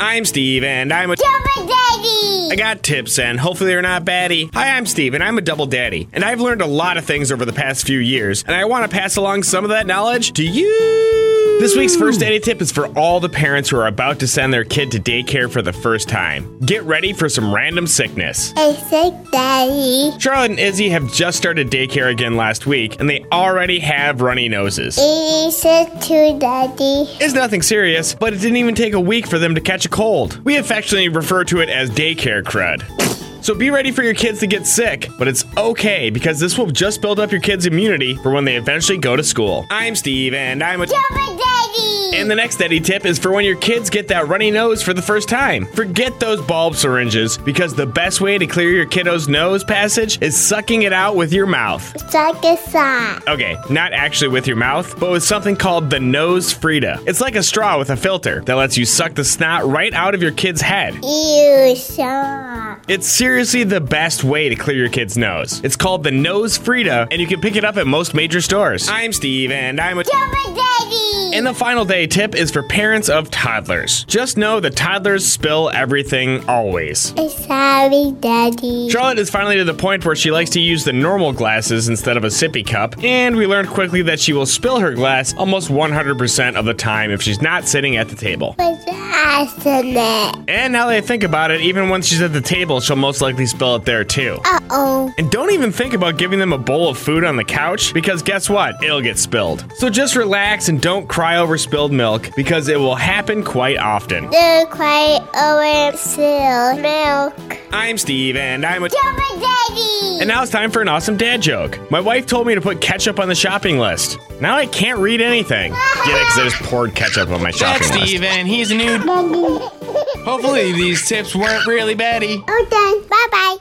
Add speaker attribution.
Speaker 1: I'm Steve, and I'm a.
Speaker 2: Double
Speaker 1: I
Speaker 2: Daddy!
Speaker 1: got tips, and hopefully they're not baddie. Hi, I'm Steve, and I'm a double daddy, and I've learned a lot of things over the past few years, and I want to pass along some of that knowledge to you. This week's first daddy tip is for all the parents who are about to send their kid to daycare for the first time. Get ready for some random sickness.
Speaker 2: I say Daddy.
Speaker 1: Charlotte and Izzy have just started daycare again last week, and they already have runny noses.
Speaker 2: It is a two Daddy.
Speaker 1: It's nothing serious, but it didn't even take a week for them to catch a cold. We affectionately refer to it as daycare crud. So be ready for your kids to get sick, but it's okay because this will just build up your kids' immunity for when they eventually go to school. I'm Steve, and I'm a.
Speaker 2: Double Daddy!
Speaker 1: And the next Eddie tip is for when your kids get that runny nose for the first time. Forget those bulb syringes because the best way to clear your kiddo's nose passage is sucking it out with your mouth.
Speaker 2: Suck a sock.
Speaker 1: Okay, not actually with your mouth, but with something called the nose Frida. It's like a straw with a filter that lets you suck the snot right out of your kid's head.
Speaker 2: Ew, sock.
Speaker 1: It's seriously the best way to clear your kid's nose. It's called the nose Frida, and you can pick it up at most major stores. I'm Steve, and I'm a.
Speaker 2: Double Daddy!
Speaker 1: And the final day tip is for parents of toddlers. Just know that toddlers spill everything always.
Speaker 2: I'm sorry, Daddy.
Speaker 1: Charlotte is finally to the point where she likes to use the normal glasses instead of a sippy cup, and we learned quickly that she will spill her glass almost 100% of the time if she's not sitting at the table.
Speaker 2: But that's it.
Speaker 1: And now that I think about it, even once she's at the table, she'll most likely spill it there too.
Speaker 2: Uh oh.
Speaker 1: And don't even think about giving them a bowl of food on the couch because guess what? It'll get spilled. So just relax and don't cry over spilled milk because it will happen quite often.
Speaker 2: The quiet over still milk.
Speaker 1: I'm Steve and I'm a.
Speaker 2: Double Daddy!
Speaker 1: And now it's time for an awesome dad joke. My wife told me to put ketchup on the shopping list. Now I can't read anything. Get it? Because I just poured ketchup on my shopping
Speaker 3: That's
Speaker 1: list.
Speaker 3: Steve, and he's a nude.
Speaker 2: Daddy.
Speaker 3: Hopefully, these tips weren't really baddie.
Speaker 2: All done. Bye bye.